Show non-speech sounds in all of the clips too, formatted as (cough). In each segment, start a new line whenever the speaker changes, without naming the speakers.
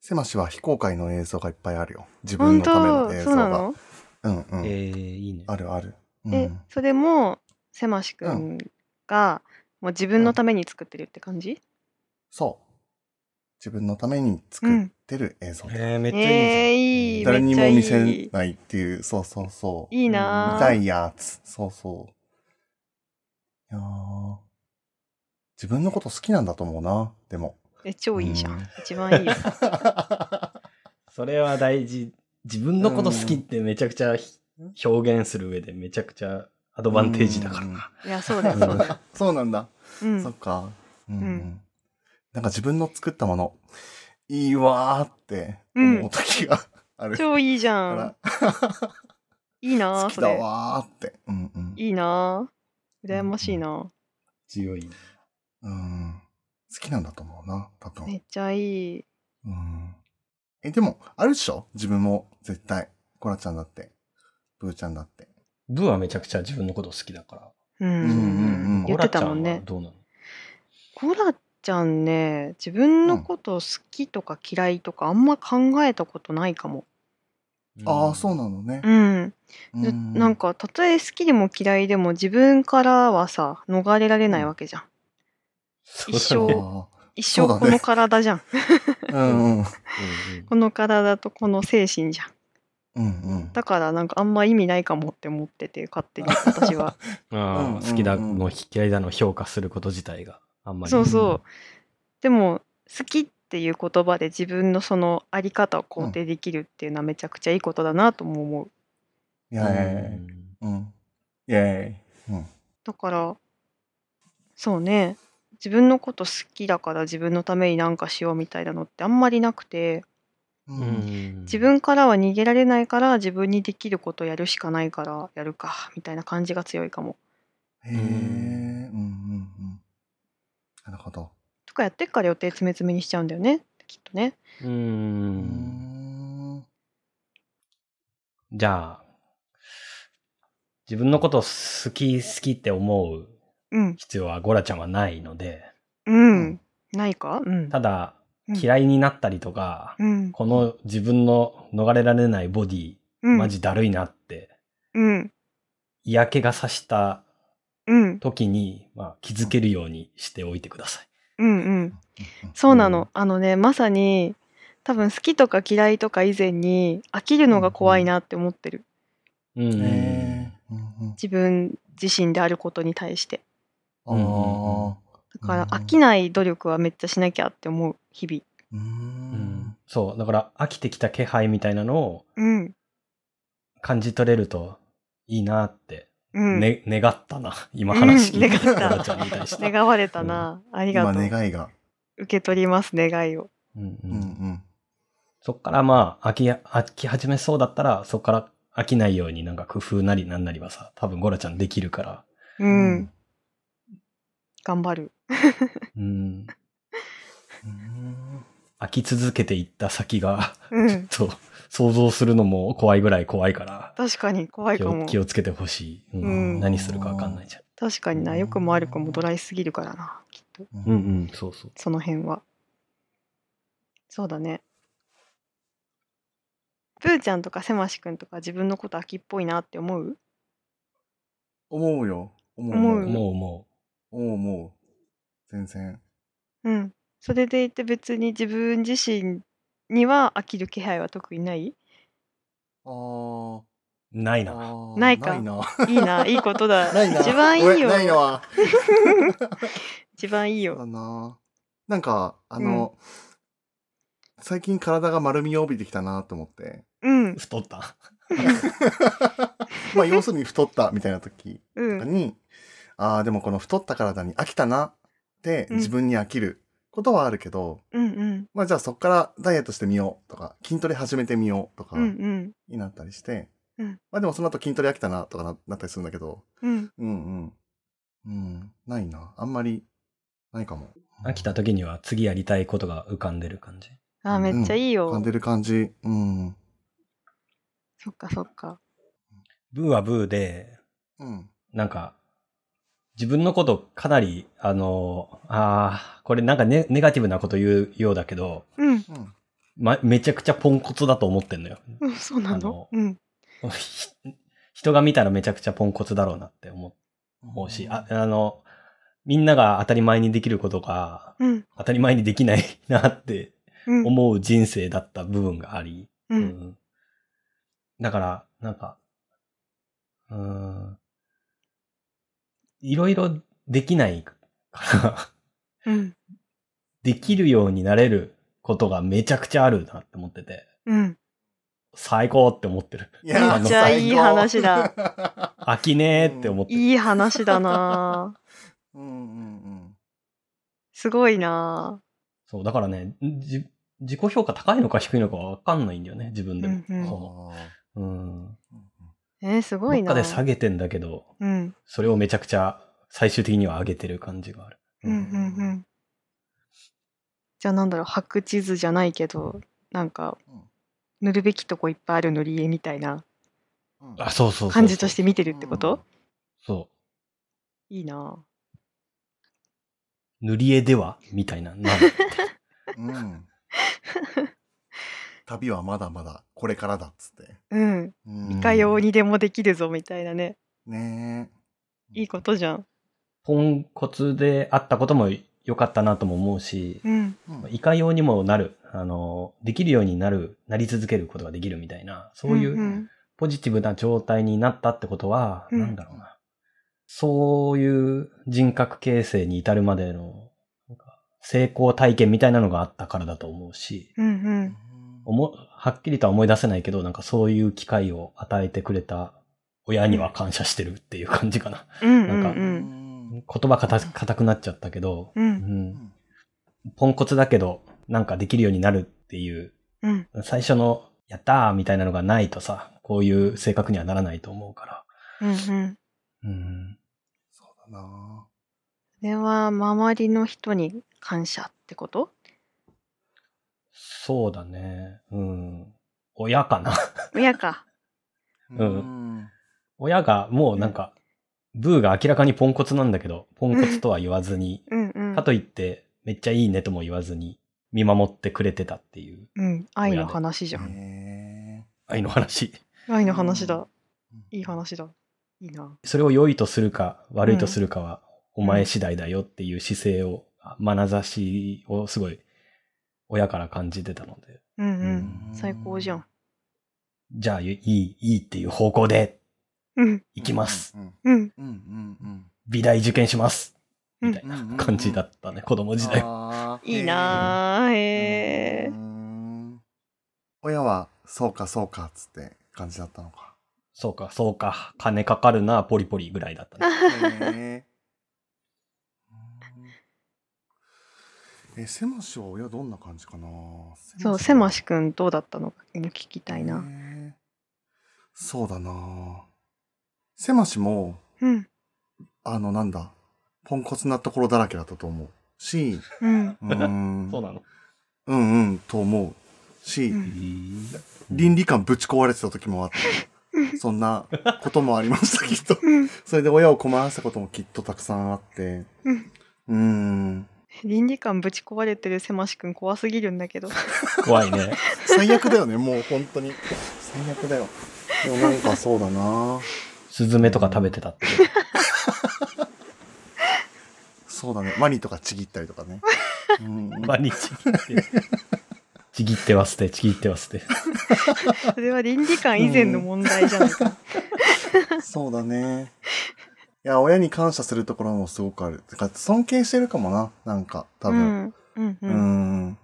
セマシは非公開の映像がいっぱいあるよ。自分のための映像
そうな
が。
の
うんうん。
えー、いいね。
あるある。うん、
え、それもせましくんが、もう自分のために作ってるって感じ、
そう。自分のために作ってる映像。
えー、めっちゃいいじゃん。
えー、いい
誰にも
め
見
っちゃ
せ
いい
ないっていう、そうそうそう。
いいな
見
あ
たいやつ。そうそう。いやー自分のこと好きなんだと思うな、でも。
え超いいじゃん、
(laughs)
うん
一番いいよ
それは大事。自分のこと好きってめちゃくちゃひ
うん
表現する上でめちゃくちゃアドバンテージだからな。
いやそうだよそうだよ、
そうなんだ。
うん、
そっか。うん、う
うんん。
なんか自分の作ったもの、いいわーって思う時
(laughs)
がある。
超いいじゃ
か
んいい
ら
な
好
あ
き
そ
だ
れ
わーって。うんうん。
いいなあ羨ましいな
強い。
うん。好きなんだと思うな、多
め
分。
っちゃいい
うん。え、でも、あるっしょ自分も絶対。コラちゃんだって。ブーちゃんだって。
ブーはめちゃくちゃ自分のこと好きだか
う
ら。
ん、
うんうんうん
言ってたもんね
オラちゃはどうなの
コラちゃんね自分のこと好きとか嫌いとかあんま考えたことないかも
ああ、そうなのね
う。ん、
う
なん。かたとえ好きでも嫌いでも自分からはさ逃れられないわけじゃん
そうだね
一生
あ
一
(laughs) そう
生
だね
この体じゃん、
ーうんうん。
この体とこの精神じゃん
うんうん。
だからなんかあんま意味ないかもって思ってて勝手に私は
うんうん
うんうん
あ
うん
ー好きだの嫌いだの評価すること自体があんまり。
そうそうでも好きっていう言葉で自分のそのあり方を肯定できるっていうのはめちゃくちゃいいことだなとも思う
イ
う
ェ
ん
ーイ。うん。イェーイ。うん。
だからそうね自分のこと好きだから自分のためになんかしようみたいなのってあんまりなくて
う
うん
ん。
自分からは逃げられないから自分にできることやるしかないからやるかみたいな感じが強いかも。
へえ。うんうんうん。なるほど。
とかやってっから予定詰め詰めにしちゃうんだよねきっとね。
う。
うんん。
じゃあ、自分のこと好き好きって思う
うん
必要はゴラちゃんはないので、
うん、
うん
ないかうん。
ただ
うん
嫌いになったりとか、
うん
この自分の逃れられないボディ、
うん
マジだるいなって、
うん
嫌気がさした
うん
時に、まあ、気づけるようにしておいてください。
うんうんそうなの、あのねまさに多分好きとか嫌いとか以前に飽きるのが怖いなって思ってる
うん
へえ。うんうん。
自分自身であることに対して。
ああ。
だから
うん
飽きない努力はめっちゃしなきゃって思う日々。
う
うん
ん。
そう、だから飽きてきた気配みたいなのを
うん。
感じ取れるといいなって、
うん。
ね、願ったな、今話聞いて、
うん願った
ゴラちゃんに対して。
願われたな。あり
今
がとう。
願いが。
受け取ります、願いを。
うんう
うんんうん。
そっからまあ、飽き、飽き始めそうだったら、そっから飽きないようになんか工夫なりなんなりはさ、多分ゴラちゃんできるから。
う。。
うん
頑張る。
う
うん
ん。飽き続けていった先が、
うん。
(laughs) そう、想像するのも怖いぐらい怖いから、
確かに怖い
気
か
を
も。
気をつけてほしい、うん
うん
何するかわかんないじゃん。
確かにな。よくも悪くもドライすぎるからな。きっと。
うんうん。
うん、そうそう。
その辺は。そうだね。プーちゃんとかせましくんとか自分のこと秋っぽいなって思う
思うよ。思う思
思
う。
思う思
思う思う。全然。
うん。それでいて別に自分自身には飽きる気配は特にない
あー
う。ない
あ
な。
ー。
ないか
ないな。
いい
(laughs)
な、いいことだ。
ないな。
一番い
ごめ
い
ん
よ。
ないのは。
一番いい
そうだ
よ。
な。なんか、あの、最近体が丸みを帯びてきたなと思って。
うん、
太った。
まあ、要するに太ったみたいな時と
う
か
ん、
に、ああ、でもこの太った体に飽きたなって
うん
自分に飽きることはあるけど、
うん、うん、
まあじゃあそこからダイエットしてみようとか、筋トレ始めてみようとか
うん、うん、
になったりして、
うん
まあでもその後筋トレ飽きたなとかななったりするんだけど、
うん、
うんうん。うん、ないな。あんまり、ないかも。
飽きた時には次やりたいことが浮かんでる感じ。
あー、めっちゃいいよ。
感じる感じ。うん。
そっか、そっか。
ブーはブーで、
うん。
なんか、自分のことかなり、あの、ああ、これなんかネネガティブなこと言うようだけど、
う
う
ん、
ん。
ま、めちゃくちゃポンコツだと思ってんのよ。 (laughs)
うんそうな
あ
の
の
うん。
ひ人が見たらめちゃくちゃポンコツだろうなって思思うし、あ、あの、みんなが当たり前にできることが
うん。
当たり前にできないなって
うん。
思う人生だった部分があり、
う。
うんんだから、なんか、うーん、いろいろできないから、 (laughs)
うん。
できるようになれることがめちゃくちゃあるなって思ってて、
うん。
最高って思ってる。
い
やめっちゃ
いい話だ。
あの
飽きねーって思ってる。
いい話だ
(laughs)
なぁ
うんうん
すごいな
そう、だからね、じ自己評価高いのか低いのかわかんないんだよね、自分でも。
うん
うん。
そ
あー
ううん。
ぁえー、すご
ど
い
っ
な
か
ぁ
で下げてんだけど、
うん。
それをめちゃくちゃ最終的には上げてる感じがある。
うん。うん。うん。じゃあなんだろう、白地図じゃないけど、なんか
うん、
塗るべきとこいっぱいある塗り絵みたいな
うん
あ、そうそうそうそう。
感じとして見てるってこと
そ
いいなぁ
う。塗り絵ではみたい (laughs) な。なる
うん。旅はまだまだこれからだっつって。
うん。
うん
いかようにでもできるぞみたいなね。
ねえ。
いいことじゃん。
ポンコツであったことも良かったなとも思うし、
うん。
うん。
いかようにもなる、あの、できるようになる、なり続けることができるみたいな、そういうん
ん
ポジティブな状態になったってことは、
うん
なんだろうな。そういう人格形成に至るまでの、なんか成功体験みたいなのがあったからだと思うし、
うんう。
うんん
おもはっきりとは思い出せないけど、なんかそういう機会を与えてくれた親には感謝してるっていう感じかな。
うんう
なんか
ん
言葉かた硬くなっちゃったけど、
う。
うんん、ポンコツだけど、なんかできるようになるっていう、
うん。
最初のやったーみたいなのがないとさ、こういう性格にはならないと思うか
う
ら。
んうん。
うん
そうだな
それは周りの人に感謝ってこと
そうだね。うん。親かな。 (laughs)
親か。
ぁ
うん親がもうなんか、ブーが明らかにポンコツなんだけど、ポンコツとは言わずに、
うんうん
か。といって、めっちゃいいねとも言わずに、見守ってくれてたっていう、
うん。愛の話じゃん。
ね
愛の話。
愛の話だ。
え
いい。話だ。いいな。
それを良いとするか、悪いとするかは、お前次第だよっていう姿勢を、眼差しをすごい、親から感じてたので、
うんう。
うんん
最高じゃん。
じゃあ、いい、いいっていう方向で
うん。
行きます。。
うん
うん。
うんうん
美大受験します。
うん
みたいな感じだったね、子供
うん。
時代は。
あー
いいなぁ。へ
う
え
ー。ん親は、そうかそうかっつって感じだったのか。
そうか、そうか。金かかるな、ポリポリぐらいだったね。、
へー (laughs) うんえ、せましは親どんな感じかな
そう、せましくんどうだったのか聞きたいな。
へーそうだなせましも、
うん。
あの、なんだ、ポンコツなところだらけだったと思うし、
うん。
うーん
(laughs) そうなの。
うんうん、と思うし、
うん
倫理観ぶち壊れてた時もあって、そんなこともありました、きっと。
うん。
それで親を困らせたこともきっとたくさんあって、
うん
うーん、
倫理観ぶち壊れてるせましくん怖すぎるんだけど。
(laughs)
怖いね。
最悪だよね、もう本当に。最悪だよ。でもなんかそうだな
スズメとか食べてたって。
そうだね、ワニとかちぎったりとかね。うん、
毎日ちぎって。ちぎっては捨て、ちぎっては捨て。
それは倫理観以前の問題じゃないか。
そうだね。いや、親に感謝するところもすごくある。てか、尊敬してるかもな、なんか、多
う
分。
ん。うん。
う
う
ー
ん。
ん。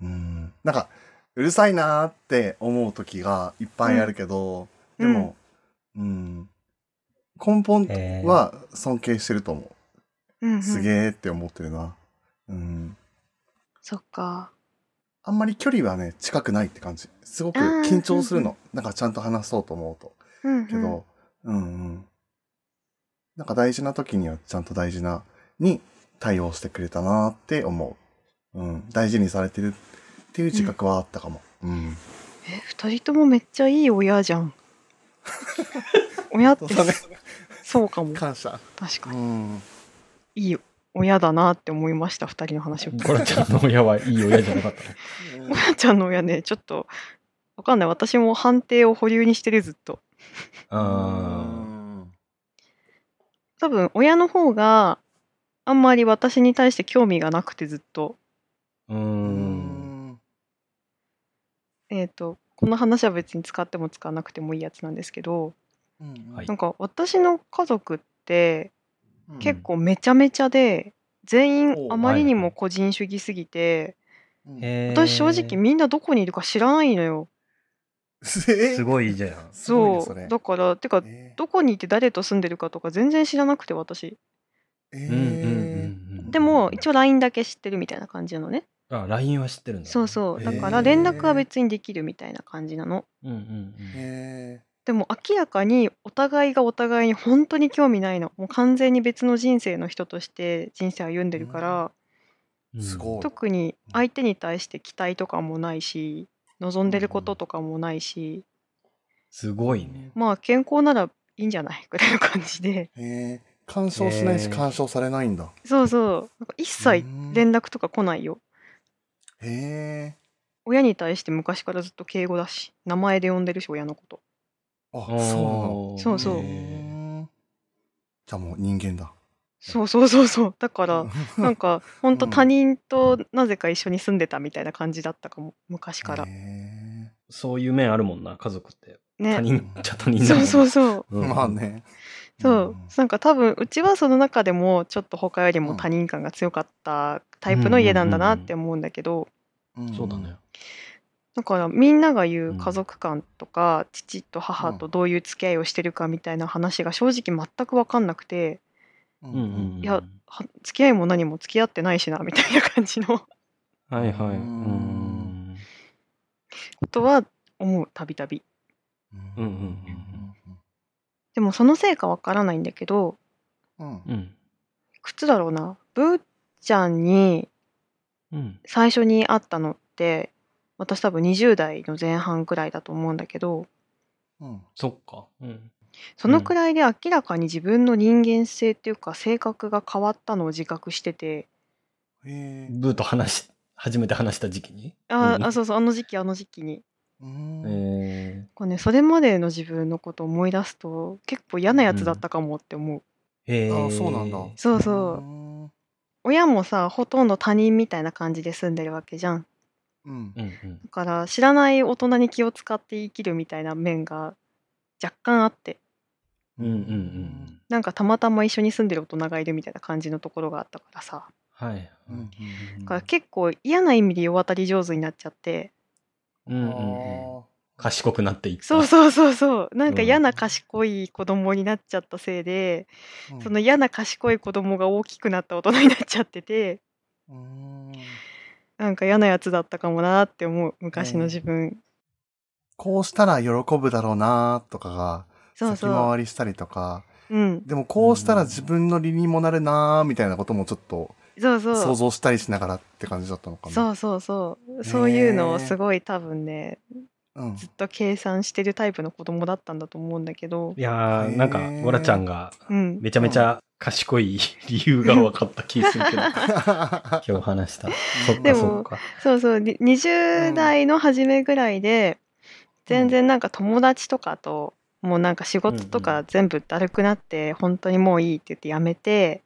うん。なんか、うるさいなーって思う時がいっぱいあるけど、
うん
でも、うん。根本
えー
は尊敬してると思
うんう
う。
ん。
すげーって思ってるな。うん。
そっか。
あんまり距離はね、近くないって感じ。すごく
あー
緊張するの。なんかちゃんと話そうと思うと。
うん、うん。
けど、うんうん。なんか大事な時にはちゃんと大事なに対応してくれたなーって思う。うん。大事にされてるっていう自覚はあったかも。うん。
え、二人ともめっちゃいい親じゃん。親って
そうだね
そうかも。
感謝。
確か
う
に。
ん。
いいよ。親だなって思いました2人の話を聞いて
コラちゃんの親はいい親じゃなかったの。
もやちゃんの親ねちょっとわかんない私も判定を保留にしてるずっと
あ
多分親の方があんまり私に対して興味がなくてずっと
ーうー。
うんん。
えっ、とこの話は別に使っても使わなくてもいいやつなんですけど
うん
はい
なんか私の家族って
うん
結構めちゃめちゃで全員
お
あまりに
はいは
も
い
個人主義すぎて
うん
へー
私正直みんなどこにいるか知らないのよ。
すごいじゃん。
すごいね
そ
それ
うだからてか
え
どこにいて誰と住んでるかとか全然知らなくて私
ー
うんうんうんう
うん
ん。
でも一応 LINE だけ知ってるみたいな感じなのね
あ、LINE は知ってるんだ、
そうそう
へ
だ
ー
から連絡は別にできるみたいな感じなの
うんうんうん。
え
でも明らかにお互いがお互いに本当に興味ないのもう完全に別の人生の人として人生歩んでるから、
うん
すごい
特に相手に対して期待とかもないし望んでることとかもないし、
すご
ー
いね。
まあ健康ならいいんじゃないぐらいの感じで
えー干渉しないし
へー
干渉されないんだ。
そうそうなんか一切連絡とか来ないよ
へえ。
親に対して昔からずっと敬語だし名前で呼んでるし親のこと
あ、そ
おー
そう
う
そ
な
う
の。
へ
へ
ー
ーじゃあもう人間だ。
そうそうそうそうだからなんかほんと
うん
他人となぜか一緒に住んでたみたいな感じだったかも昔から
へー
そういう面あるもんな、家族って。
ね
他人っちゃ他人だ
そ
もん
う
な
そうそう
うん
まあね。
そうなんか多分うちはその中でもちょっと他よりも他人感が強かったタイプの家なんだなって思うんだけど、
ん
そうだね。。
だからみんなが言
う
うん家族観とか、父と母とどういう付き合いをしてるかみたいな話が正直全く分かんなくて
う
うんんうんうん。
いやは付き合いも何も付き合ってないしなみたいな感じ
(laughs)
のこ
はいはい。う
うんん。
とは思うたびたび。
うんうん
でもそのせいかわからないんだけど
うんうん。
うん。
いくつだろうなぶーちゃんに
うん。
最初に会ったのって私多分20代の前半くらいだと思うんだけど
うん
そっか。うん。
そのくらいで明らかに自分の人間性っていうか性格が変わったのを自覚してて
へー
ブーと話し、初めて話した時期に。
あ,、
うん
あそうそうあの時期あの時期に
うん
え
こう、ね、それまでの自分のことを思い出すと結構嫌なやつだったかもって思う、
ー、えー。
あそうなんだ
そうそう
うん
親もさほとんど他人みたいな感じで住んでるわけじゃん
うん
う。んうん。
だから知らない大人に気を使って生きるみたいな面が若干あって
うんうんうん。
なんかたまたま一緒に住んでる大人がいるみたいな感じのところがあったからさ
はい。
うんうんうん
だから結構嫌な意味で世渡り上手になっちゃって
うんうんうん。賢くなっていった。
そうそうそう
(laughs)
そうなんか
うん
嫌な賢い子供になっちゃったせいで、
あー
その嫌な賢い子供が大きくなった大人になっちゃってて
うん
なんか嫌なやつだったかもなって思う昔の自分、
こうしたら喜ぶだろうなとかが
そう
先
そ
回りしたりとか
ううん
でもこうしたら自分の利にもなるなーみたいなこともちょっと
そうそう
想像したりしながらって感じだったのかな。
そうそうそうそういうのをすごい多分ね
うん
(laughs)
ずっと計算してるタイプの子供だったんだと思うんだけど
いやー、なんか
へ、ー
ゴラちゃんが、
うん
めちゃめちゃ賢い理由が分かった気する
(laughs)
けど、今日話した。そっ
で
か
も
そっか。
そうそうに20代の初めぐらいで、全然なんか友達とかともうなんか仕事と
うんう
か全部だるくなって、本当にもういいって言ってやめて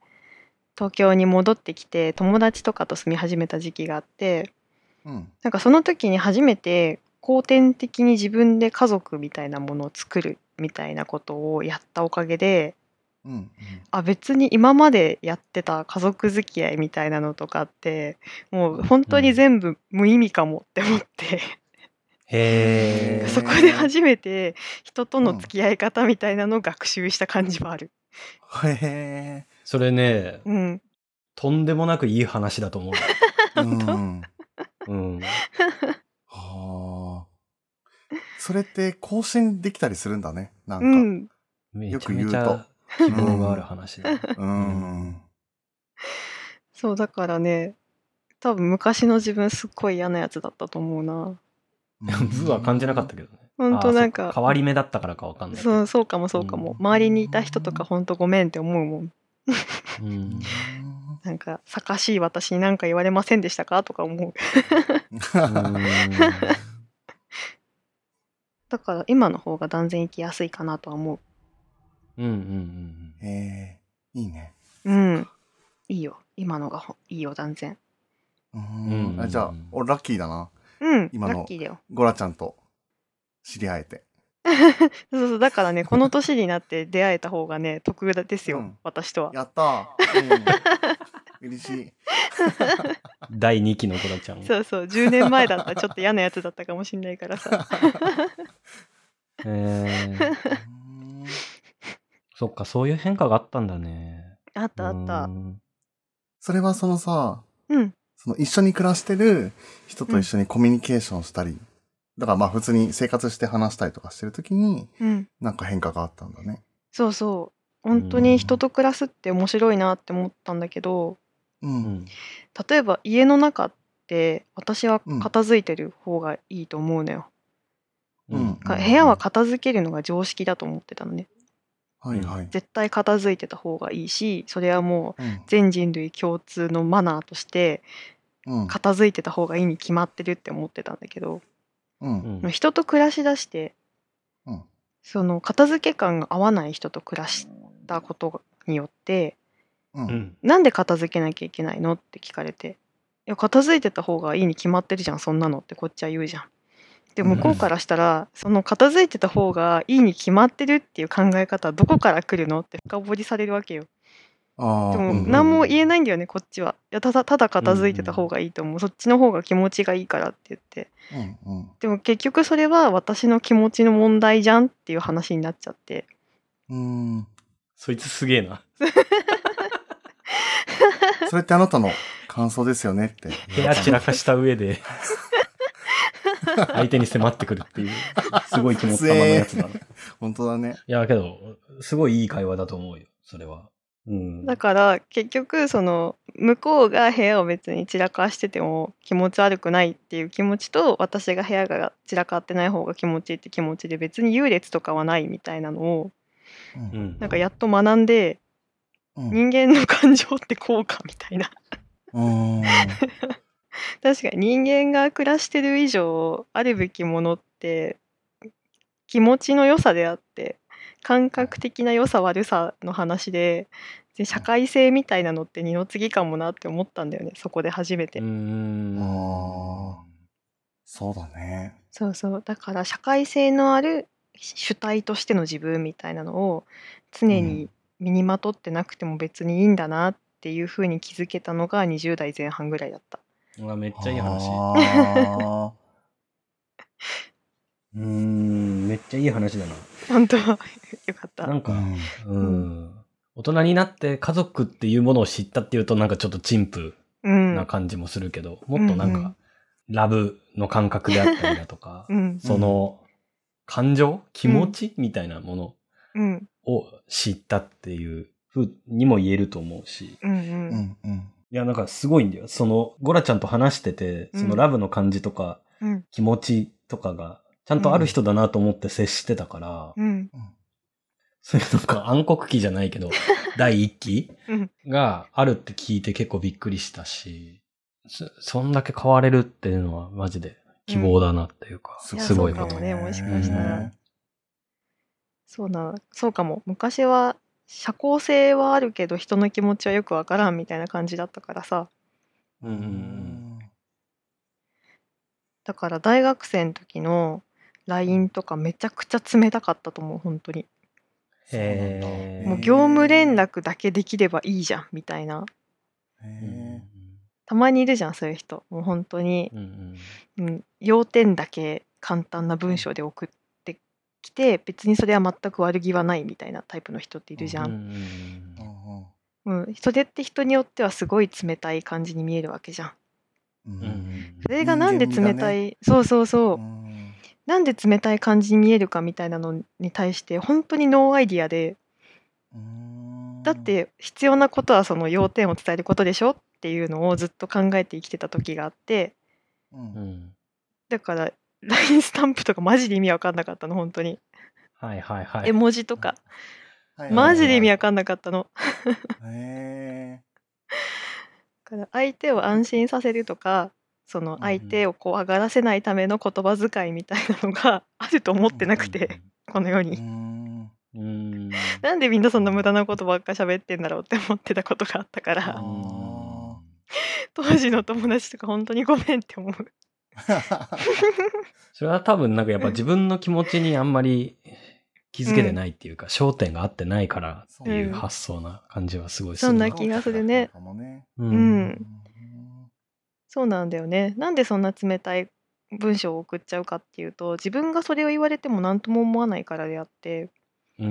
東京に戻ってきて友達とかと住み始めた時期があって
うん
なんかその時に初めて後天的に自分で家族みたいなものを作るみたいなことをやったおかげで
うん
あ別に今までやってた家族付き合いみたいなのとかってもう本当に全部無意味かもって思って、
へ
へ
そ
ー
こで初めて人との付き合い方みたいなのを学習した感じはある。
へ
それね、
うん、
とんでもなくいい話だ
(laughs)
と思
え。うん。
う。うん。
はあ。それって更新できたりするんだね。な
うんん、
め
よ
ちゃ
く
め
言う
ち
と
ゃ希望がある話だ。
か。うん。
そうだからね多分昔の自分すっごい嫌なやつだったと思うな。
ブーは感じなかったけどね。
ほんと
あー
なんか
そっ変わり目だったからかわかんないけ
そ
ど。
うそうかもそうかも、
うん
周りにいた人とかほんとごめんって思うもん。
うん
うん
なんか、さかしい私に何か言われませんでしたかとか思う。だから、今の方が断然行きやすいかなとは思
うんうん
(laughs)
うん
へえいいね。
う。うん。いいよ。今のがほいいよ、断然。
う
うんん
あじゃあ、俺ラッキーだな。
うん。
今の
ラッキーだよ。
ゴラちゃんと知り合えて。
そうそうそう。だか
(laughs)
らね、この年になって出会えた方がね、得ですよ。
うん
私とは。
やったー、
(laughs)
うん、嬉しい。
うん。第2期のゴラちゃん。
そうそう。10年前だったらちょっと嫌なやつだったかもしんないか
(laughs)
らさ。
えー、
うん
そっか、そういう変化があったんだね。
あったあった
う。ん
それはそのさ、
うん。
その一緒に暮らしてる人と一緒にコミュニケーションしたり、だからまあ普通に生活して話したりとかしてるときに、
うん。
なんか変化があったんだね。
そうそう。本当に人と暮らすって面白いなって思ったんだけど、
うん。
うん。
例えば家の中って私は片付いてる方がいいと思うのよ。
うん
か部屋は片付けるのが常識だと思ってたのね。
はいはい。
絶対片付いてた方がいいし、それはもう
うん
全人類共通のマナーとして
うん。
片付いてた方がいいに決まってるって思ってたんだけど、
う。
うんん。
人と暮らしだして、
うん
その片付け感が合わない人と暮らしたことによって、
うん。
う
うん。
ん。
なんで片付けなきゃいけないのって聞かれて「いや片付いてた方がいいに決まってるじゃんそんなの」ってこっちは言うじゃん。で向こうからしたら、その片付いてた方がいいに決まってるっていう考え方はどこから来るのって深掘りされるわけよ。
ああ。
でも
うん
何も言えないんだよねこっちは。いやただただ片付いてた方がいいと思う、そっちの方が気持ちがいいからって言って
うんうん。
でも結局それは私の気持ちの問題じゃんっていう話になっちゃって
うん。
そいつすげえな。
それってあなたの感想ですよねって。
部屋散らかした上で、
(laughs)
相手に迫ってくるっていう、すごい気持ちたまのやつだな。い
本当だね。
や、けど、すごいいい会話だと思うよ、それは。うん。
だから結局その向こうが部屋を別に散らかしてても気持ち悪くないっていう気持ちと私が部屋が散らかってない方が気持ちいいって気持ちで別に優劣とかはないみたいなのを
う。
うんん。
なんかやっと学んで
うん。
人間の感情ってこうかみたいな
うん。
確かに人間が暮らしてる以上あるべきものって気持ちの良さであって感覚的な良さ悪さの話で社会性みたいなのって二の次かもなって思ったんだよねそこで初めて
う。ん。
あそうだね。
そうそうだから社会性のある主体としての自分みたいなのを常
う
に身にまとってなくても別にいいんだなっていうふうに気づけたのが20代前半ぐらいだった
うわめっちゃいい話。
ああ。
うん、めっちゃいい話だな。
本当よかった
なんか、
うん
うん。大人になって家族っていうものを知ったっていうとなんかちょっと陳腐
うん
な感じもするけど、もっとなん
うんうん
か、ラブの感覚であったりだとか
う、ん
その、感情気持ち、みたいなもの
うん
を知ったっていうふうにも言えると思うし。
うんう
うんんうん。
いや、なんかすごいんだよ。その、ゴラちゃんと話してて、
うん
そのラブの感じとか、
うん
気持ちとかが、ちゃんとある人だなと思って接してたから、
うん
そういうなんか暗黒期じゃない
(laughs)
けど、第一期
うん
があるって聞いて結構びっくりしたし、そ、そんだけ変われるっていうのはマジで希望だなっていうか、
うん
すごい
いやそ
な
うかもねもしかした
ら
うん
そうなそうかも昔は社交性はあるけど人の気持ちはよくわからんみたいな感じだったからさ
うんうんうん
だから大学生の時の LINE とかめちゃくちゃ冷たかったと思う本当に
へー
もう業務連絡だけできればいいじゃんみたいな
へ
たまにいるじゃんそういう人もう本当に、
うんうん
うん、要点だけ簡単な文章で送ってきて別にそれは全く悪気はないみたいなタイプの人っているじゃ、
うんん
ーうん
うんそれって人によってはすごい冷たい感じに見えるわけじゃん
うん
うんうん
それがなんで冷
人間
た
味
い、
が
そうそうそう、
うん
なんで冷たい感じに見えるかみたいなのに対して本当にノーアイディアで
うん
だって必要なことはその要点を伝えることでしょっていうのをずっと考えて生きてた時があって
う
うんん
だから LINE スタンプとかマジで意味わかんなかったの本当に
はいはいはい。
絵文字とか
はい
マジで意味わかんなかったの
へえ
から相手を安心させるとかその
ん
相手をこう上がらせないための言葉遣いみたいなのが (laughs) あると思ってなくて、この世
うー
に。
ん。
うん。うん。
なんでみんなそんな無駄なことばっか喋ってんだろうって思ってたことがあったか
あ
ら
ー
当時の友達とか本当にごめんって思う。
それは多分なんかやっぱ自分の気持ちにあんまり気づけてないっていうか、焦点が合ってないからっていう発想な感じはすごいする
そんな気がするね
そうかもね。
う
うん
うん
そうなんだよね。なんでそんな冷たい文章を送っちゃうかっていうと自分がそれを言われても何とも思わないからであって
うん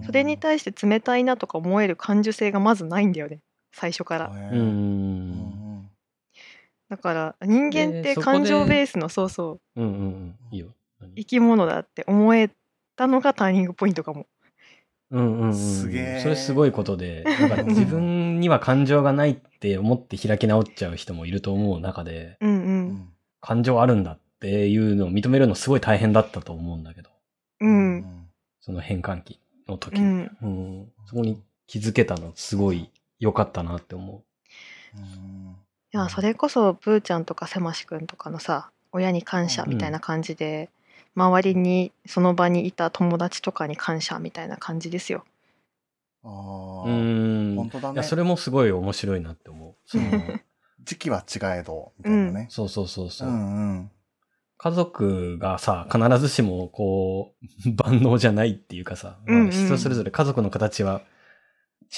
うん
それに対して冷たいなとか思える感受性がまずないんだよね最初から。
へ
う
ー
ん。う
うん
ん。
だから人間っ
で
て
そこで
感情ベースのそうそう
うんうんうん。いいよ。
生き物だって思えたのがターニングポイントかも。
うんうんうん。
すげー
それすごいことで、なんか自分には感情がないって思って開き直っちゃう人もいると思う中で、
うんう
うんん
感情あるんだっていうのを認めるのすごい大変だったと思うんだけど、
う
うん
ん
ん
その変換期の時
う
に。
ん
うん、そこに気づけたのすごい良かったなって思
うん
いやそれこそブーちゃんとかせましくんとかのさ親に感謝みたいな感じで、周りにその場にいた友達とかに感謝みたいな感じですよ。
あ
う。
ー
うん。
本当だ
い
ね。
や、それもすごい面白いなって思う。その
時期は違えど、みたいなね。
そうそうそうそうう、
んうん。
家族がさ、必ずしもこう、 (laughs) 万能じゃないっていうかさ、まあ
うんうん
人それぞれ家族の形は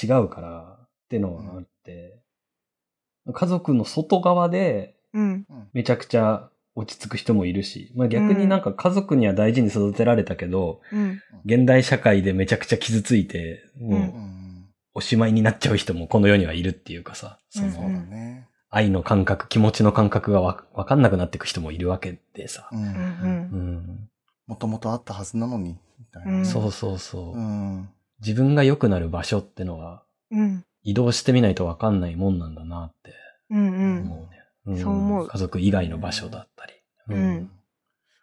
違うからってのはあって、家族の外側で
うん
めちゃくちゃ落ち着く人もいるし、まあ逆になんか家族には大事に育てられたけど、
うん
現代社会でめちゃくちゃ傷ついて、
う
も
う
うんおしまいになっちゃう人もこの世にはいるっていうかさ、そ
そうだ
の
ね。
愛の感覚、気持ちの感覚がわわかんなくなっていく人もいるわけでさ
う。
うん
ん
う
うんん。
もともとあったはずなのに、みたいな
うん
ね。
そうそうそうう。
ん。
自分が良くなる場所ってのは
うん
移動してみないとわかんないもんなんだなって
うんうん
思うね。ん
そう思う
家族以外の場所だったり。
うん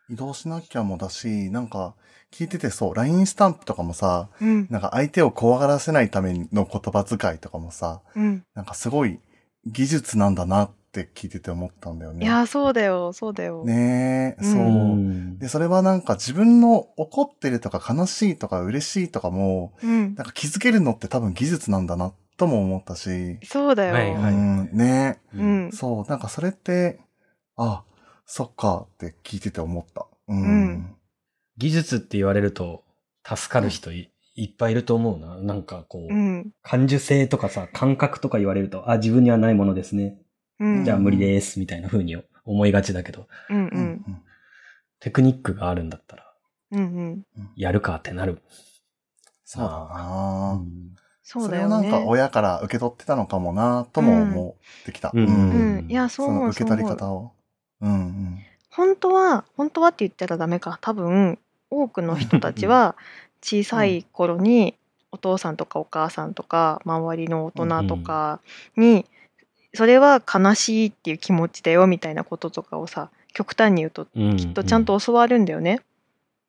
移動しなきゃもだし、なんか、聞いててそう、LINE スタンプとかもさ、
うん
なんか相手を怖がらせないための言葉遣いとかもさ、
うん
なんかすごい技術なんだなって聞いてて思ったんだよ
い
ね。
やそうだよそうだよ。
ねえ、
うん
そうう。
ん
で、それはなんか自分の怒ってるとか悲しいとか嬉しいとかも、
うん
なんか気づけるのって多分技術なんだなとも思ったし、
そうだよ。
はいはい
うん、ね
う
うん
ん
え、そう、なんかそれって、あ、そっかって聞いてて思った。
うん
技術って言われると助かる人いいっぱいいると思うな。なんかこ
う
う。
ん
感受性とかさ、感覚とか言われると、あ、自分にはないものですね。
うん
じゃあ無理です、みたいな風に思いがちだけど、
うんう
うん
ん
うん
テクニックがあるんだったら、
うんうん
やるかってなる。
そうだ
あ
な、
そうだ
れを
よ
なん
ね。
か親から受け取ってたのかもなとも思ってきた。
うん
う
うん
んいやそう
そ
思
の
う
受
そ
け
う思
取
う。
り方を。うん
本当は本当はって言ったらダメか多分多くの人たちは小さい頃にお父さんとかお母さんとか周りの大人とかにそれは悲しいっていう気持ちだよみたいなこととかをさ極端に言うと
うん
きっとちゃんと教わるんだよね。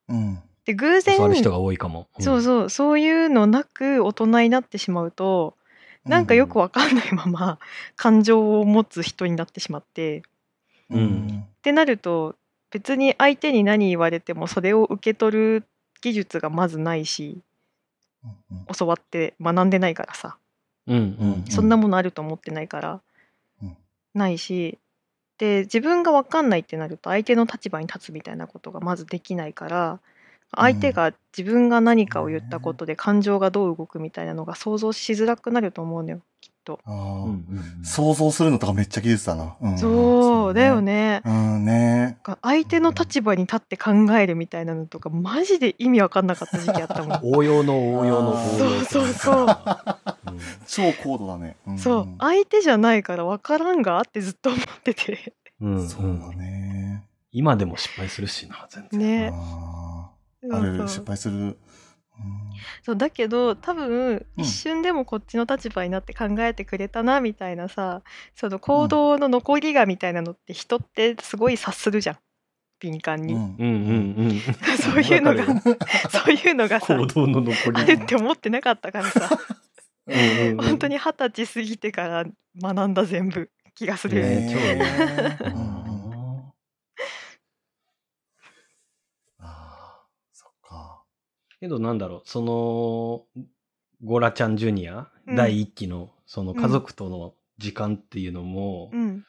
うん。うん。
で偶然
教わる人が多いかも。
そうそうそういうのなく大人になってしまうとなんかよくわかんないまま感情を持つ人になってしまって。
うん
ってなると別に相手に何言われてもそれを受け取る技術がまずないし
うん
教わって学んでないからさ
うん。うん。
そんなものあると思ってないから、
うん
ないしで自分が分かんないってなると相手の立場に立つみたいなことがまずできないから相手が自分が何かを言ったことで感情がどう動くみたいなのが想像しづらくなると思うのよきっと。
あ
う
ー
んうん。
想像するのとかめっちゃ技術だな。うん
そうだよ。ね。
うんね
なんか相手の立場に立って考えるみたいなのとかマジで意味わかんなかった時期あった
(laughs)
もん
応用の応用の応用。
そうそうそう
(laughs)
うん。
超高度だね。ん
そう相手じゃないからわからんがってずっと思って
(laughs)
て
うんうん
そうだね。
今でも失敗するしな、全然。
ね
あー
そ
あ
う
る
そ
失
う
敗する。
そうだけど多分
うん
一瞬でもこっちの立場になって考えてくれたなみたいなさその行動の残りがみたいなのって人ってすごい察するじゃん敏感
う
に、
ん
う。んうんうん。
(laughs) そういうのが
わかるよ
(laughs) そういうのがさ
行動の残り。
あるって思ってなかったからさ
(laughs) うんうんうん
本当に二十歳過ぎてから学んだ全部気がする、
ね
え
う
ーう
ん
んうんあーそっか。
けどなんだろう、その、ゴラちゃんジュニア、
うん
第一期の、その家族との時間っていうのも
う、ん、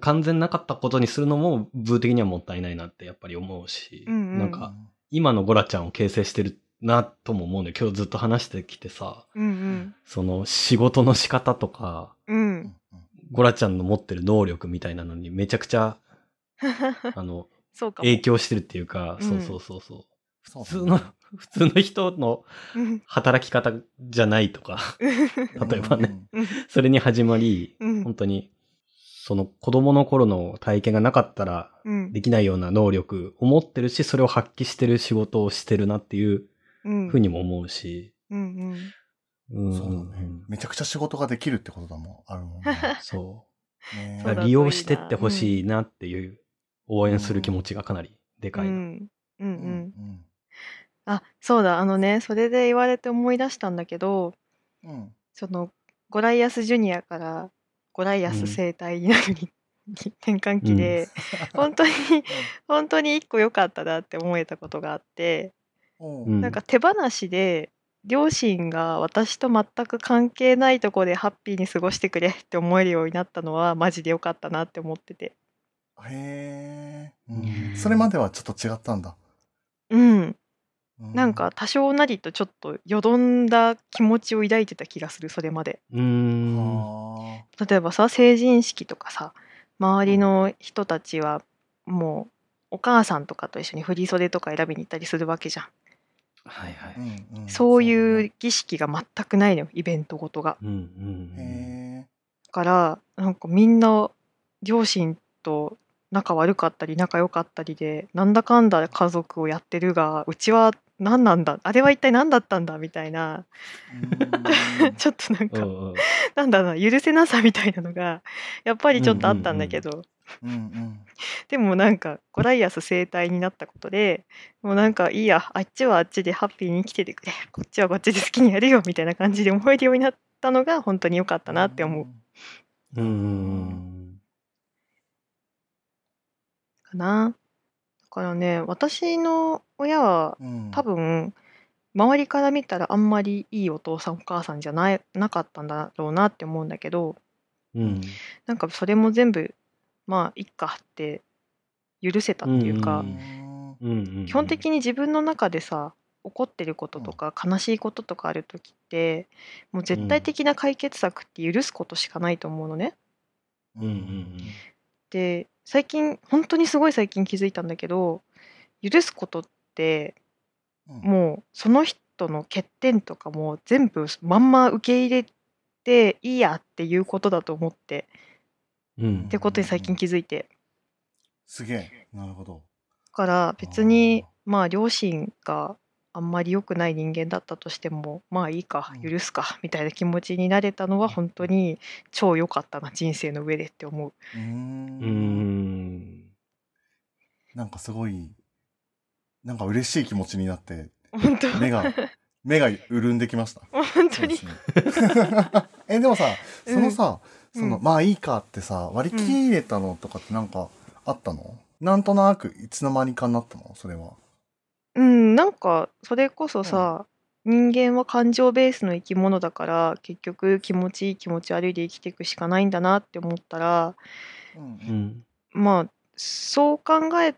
完全なかったことにするのも、ブー的にはもったいないなってやっぱり思うし、
うんうん
なんか、今のゴラちゃんを形成してるなとも思うんだよ。今日ずっと話してきてさ、
うん
その仕事の仕方とか、
うんうん
ゴラちゃんの持ってる能力みたいなのにめちゃくちゃ、あの、
(laughs) そうかも
影響してるっていうか、
うん
そうそうそうそう。
普
普通の、普通の人の
うん
働き方じゃないとか、例えばね、
うん
それに始まり、
うん
本当に、その子供の頃の体験がなかったら
うん
できないような能力を持ってるし、それを発揮してる仕事をしてるなっていう
うん
ふうにも思うし。
うんうん
う
うん
ん
そうだね。めちゃくちゃ仕事ができるってことだもん。あるもんね。
そ
ね
う。
(laughs) そうだといいな
だから利用してってほしいなっていう、応援する気持ちがかなりで
う
かいな。
んうんう
うん
んあそうだあのねそれで言われて思い出したんだけど
うんうん
そのゴライアスジュニアからゴライアス生態にな (laughs) るに、転換期で、本当に本当に一個良かったなって思えたことがあって、
うん
(laughs) うん
なんか手放しで両親が私と全く関係ないとこでハッピーに過ごしてくれって思えるようになったのはマジで良かったなって思ってて
へえ、
うん
それまではちょっと違ったんだ。
うん
う
なんか、多少なりとちょっとよどんだ気持ちを抱いてた気がするそれまで
うー
は
ん。
例えばさ成人式とかさ周りの人たちはもうお母さんとかと一緒に振り袖とか選びに行ったりするわけじゃん
はいは
あ、う
い。
んうん
そうい
へ
う儀式が全くないのよイベントごとが
うんうんうん。
え、
からなんかみんな両親と仲悪かったり仲良かったりでなんだかんだ家族をやってるがうちは何なんだあれは一体何だったんだみたいな
(laughs) うん
(laughs) ちょっとなんか、
うんうん
なんだろうな許せなさみたいなのがやっぱりちょっとあったんだけど、
うんうん
でもなんかゴライアス生態になったことでもうなんかいいやあっちはあっちでハッピーに生きててくれこっちはこっちで好きにやるよみたいな感じで思えるようになったのが本当に良かったなって思う
うんうん
かな。だからね、私の親は
うん。うん
多、分、周りから見たらあんまりいいお父さんお母さんじゃないなかったんだろうなって思うんだけど、
うん。うん
なんかそれも全部、まあ、いっかって許せたっていうか、
うん
うん
うんうん。
基本的に自分の中でさ、怒ってることとか悲しいこととかある時って、もう絶対的な解決策って許すことしかないと思うのね。
うんうん
で最近本当にすごい最近気づいたんだけど許すことって
うん
もうその人の欠点とかも全部まんま受け入れていいやっていうことだと思って
うん。うん
ってことに最近気づいて
すげえ。なるほど。
だから別に
あー
まあ両親があんまり良くない人間だったとしてもまあいいか
うん
許すかみたいな気持ちになれたのは本当に超良かったな人生の上でって思う。
うーん
うーん。
なんかすごい、なんか嬉しい気持ちになって、
本当
目
(laughs)
が、目が潤んできました。
本当に
そうですねえ、でも (laughs) さ、そのさ、
うん
その、
うん
まあいいかってさ、割り切れたのとかってなんかあったの、なんとなくいつの間にかになったのそれは。
うん、なんかそれこそさ、人間は感情ベースの生き物だから結局気持ちいい気持ち悪いで生きていくしかないんだなって思ったら
うん
うん。
まあそう考え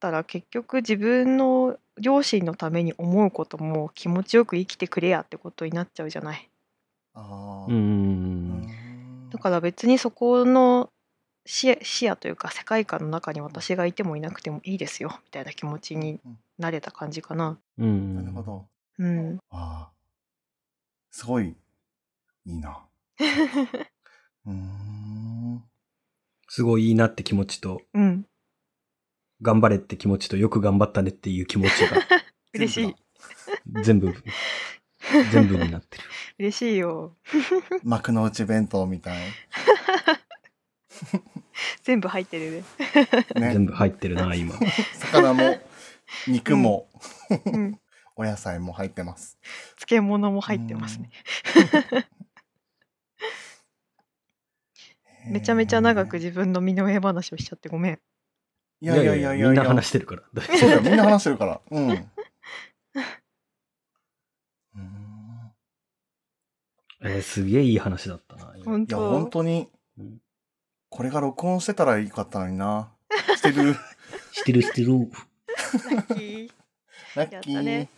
たら結局自分の両親のために思うことも気持ちよく生きてくれやってことになっちゃうじゃない。
ああ、
う
う
んう
んん
だから別にそこの視野視野というか世界観の中に私がいてもいなくてもいいですよみたいな気持ちになれた感じかな。
うん。うん。
なるほど。
うん、
ああ。すごい、いい
(laughs)
な。うーん。
すごいいいなって気持ちと、
うん、
頑張れって気持ちと、よく頑張ったねっていう気持ち
(laughs)
嬉しい
が、全部、全部になってる。
嬉しいよ。
全部だ。幕の内弁当みたい。
全部入ってるね。
ね
全部入ってるな、今。
魚も、肉も、
うん
(laughs) お野菜も入ってます。
漬物も入ってますね。
うん。
めちゃめちゃ長く自分の身の上話をしちゃってごめん。
いやいやいやいやいや。
みんな話してる
(laughs)
から。
そうだよ、みんな話してるから。
(laughs)
うん。うーん
えーすげえいい話だったな。今
本
いや、本
当。
当に
うん、
これが録音してたらよかったのにな。して
(laughs)
る。
してるしてる。
ラッキー
ラッキ
やった (laughs)
ー
ね。